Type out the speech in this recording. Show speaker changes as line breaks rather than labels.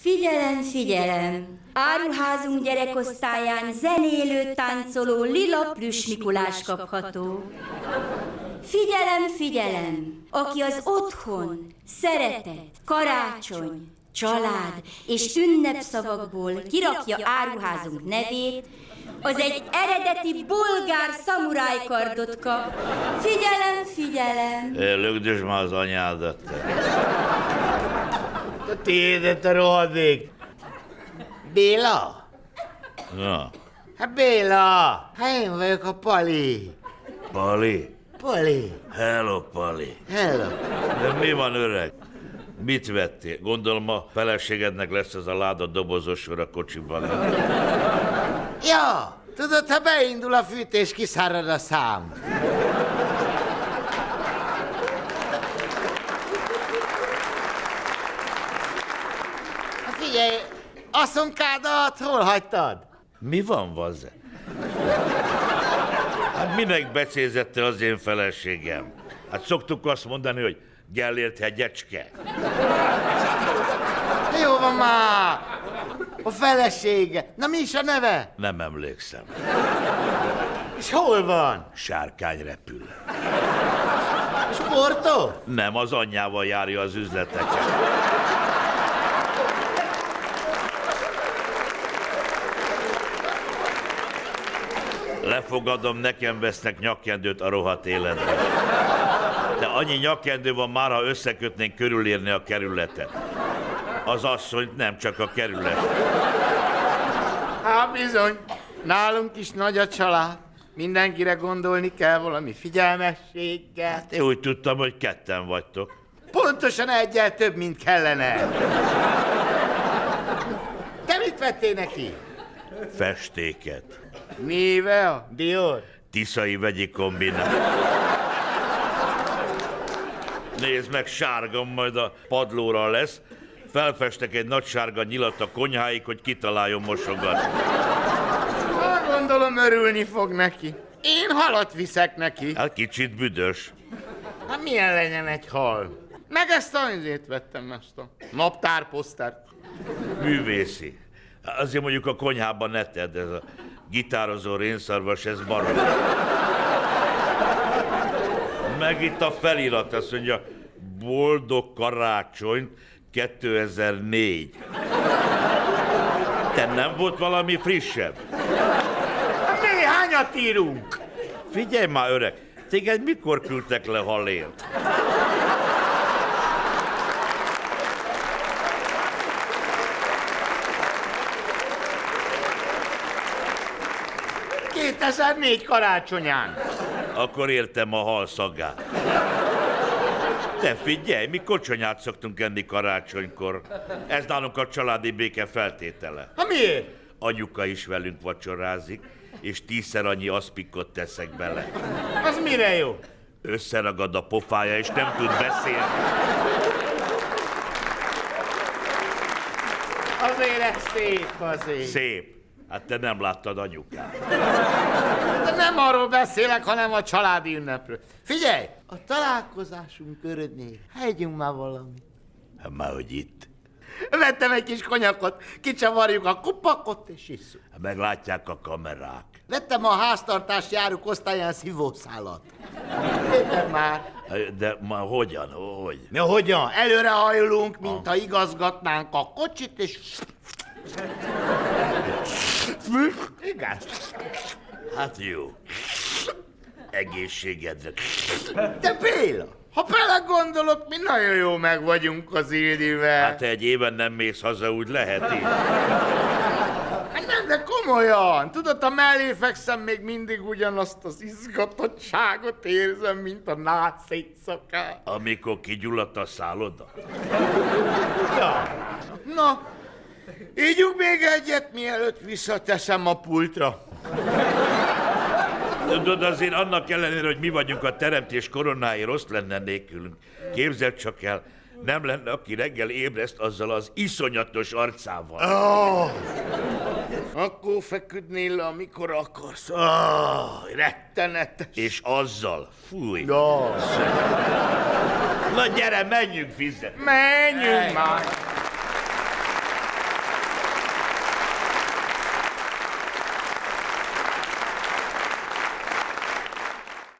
Figyelem, figyelem! Áruházunk gyerekosztályán zenélő, táncoló lila plüss Mikulás kapható. Figyelem, figyelem! Aki az otthon, szeretet, karácsony, család és ünnepszavakból kirakja áruházunk nevét, az egy eredeti bolgár szamurájkardot kap. Figyelem, figyelem!
Ö, Lögdösd már az anyádat. Te tiédet a rohadék.
Béla?
Na,
Hát Béla! Hát én vagyok a Pali.
Pali.
Pali.
Hello, Pali.
Hello.
De mi van, öreg? Mit vettél? Gondolom a feleségednek lesz ez a láda dobozos sor a kocsiban.
Ja, tudod, ha beindul a fűtés, kiszárad a szám. Hát Figyelj, asszonkádat hol hagytad?
Mi van, vazze? Hát minek becézette az én feleségem? Hát szoktuk azt mondani, hogy gyellért hegyecske.
Na Hát Jó van már! A felesége. Na mi is a neve?
Nem emlékszem.
És hol van?
Sárkány repül.
Sportol?
Nem, az anyjával járja az üzleteket. Lefogadom, nekem vesznek nyakkendőt a rohadt életben. De annyi nyakkendő van már, ha összekötnénk körülírni a kerületet. Az asszonyt nem csak a kerület.
Há, bizony. Nálunk is nagy a család. Mindenkire gondolni kell valami figyelmességgel.
Én úgy tudtam, hogy ketten vagytok.
Pontosan egyel több, mint kellene. Te mit vettél neki?
Festéket.
Nivea, Dior.
Tiszai vegyi kombinát. Nézd meg, sárga majd a padlóra lesz. Felfestek egy nagy sárga nyilat a konyháig, hogy kitaláljon mosogatni.
Hát gondolom örülni fog neki. Én halat viszek neki.
Hát kicsit büdös.
Hát milyen legyen egy hal? Meg ezt a izét vettem ezt a naptárposztert.
Művészi. Azért mondjuk a konyhában ne tedd, ez a gitározó rénszarvas, ez barom. Meg itt a felirat, azt mondja, boldog karácsonyt 2004. Te nem volt valami frissebb?
Hát néhányat írunk.
Figyelj már, öreg, téged mikor küldtek le halért?
Hát 2004 karácsonyán.
Akkor értem a hal szagát. Te figyelj, mi kocsonyát szoktunk enni karácsonykor. Ez nálunk a családi béke feltétele.
Hát miért?
Anyuka is velünk vacsorázik, és tízszer annyi aszpikot teszek bele.
Az mire jó?
Összeragad a pofája, és nem tud beszélni.
Azért ez szép azért.
Szép. Hát te nem láttad anyukát.
De Hát nem arról beszélek, hanem a családi ünnepről. Figyelj! A találkozásunk körödnél hegyünk már valami.
Hát már, hogy itt.
Vettem egy kis konyakot, kicsavarjuk a kupakot és isszuk.
Hát Meglátják a kamerák.
Vettem a háztartás járuk osztályán szívószálat. Vettem már.
Hát De ma hogyan, hogy?
Mi hogyan? Előre hajlunk, mint ha igazgatnánk a kocsit, és... Igen.
Hát jó. Egészségedre.
De Béla, ha belegondolok, mi nagyon jó meg vagyunk az Ildivel.
Hát te egy éven nem mész haza, úgy lehet így.
Hát nem, de komolyan! Tudod, ha mellé fekszem, még mindig ugyanazt az izgatottságot érzem, mint a nász éjszakán.
Amikor kigyulladt a szálloda.
Na, ígyunk még egyet, mielőtt visszateszem a pultra.
Tudod, azért annak ellenére, hogy mi vagyunk a teremtés koronái, rossz lenne nélkülünk. Képzeld csak el, nem lenne, aki reggel ébreszt azzal az iszonyatos arcával.
Oh. Akkor feküdnél le, amikor akarsz. Oh, rettenetes.
És azzal. Fúj.
No.
Na gyere, menjünk, fizet.
Menjünk már!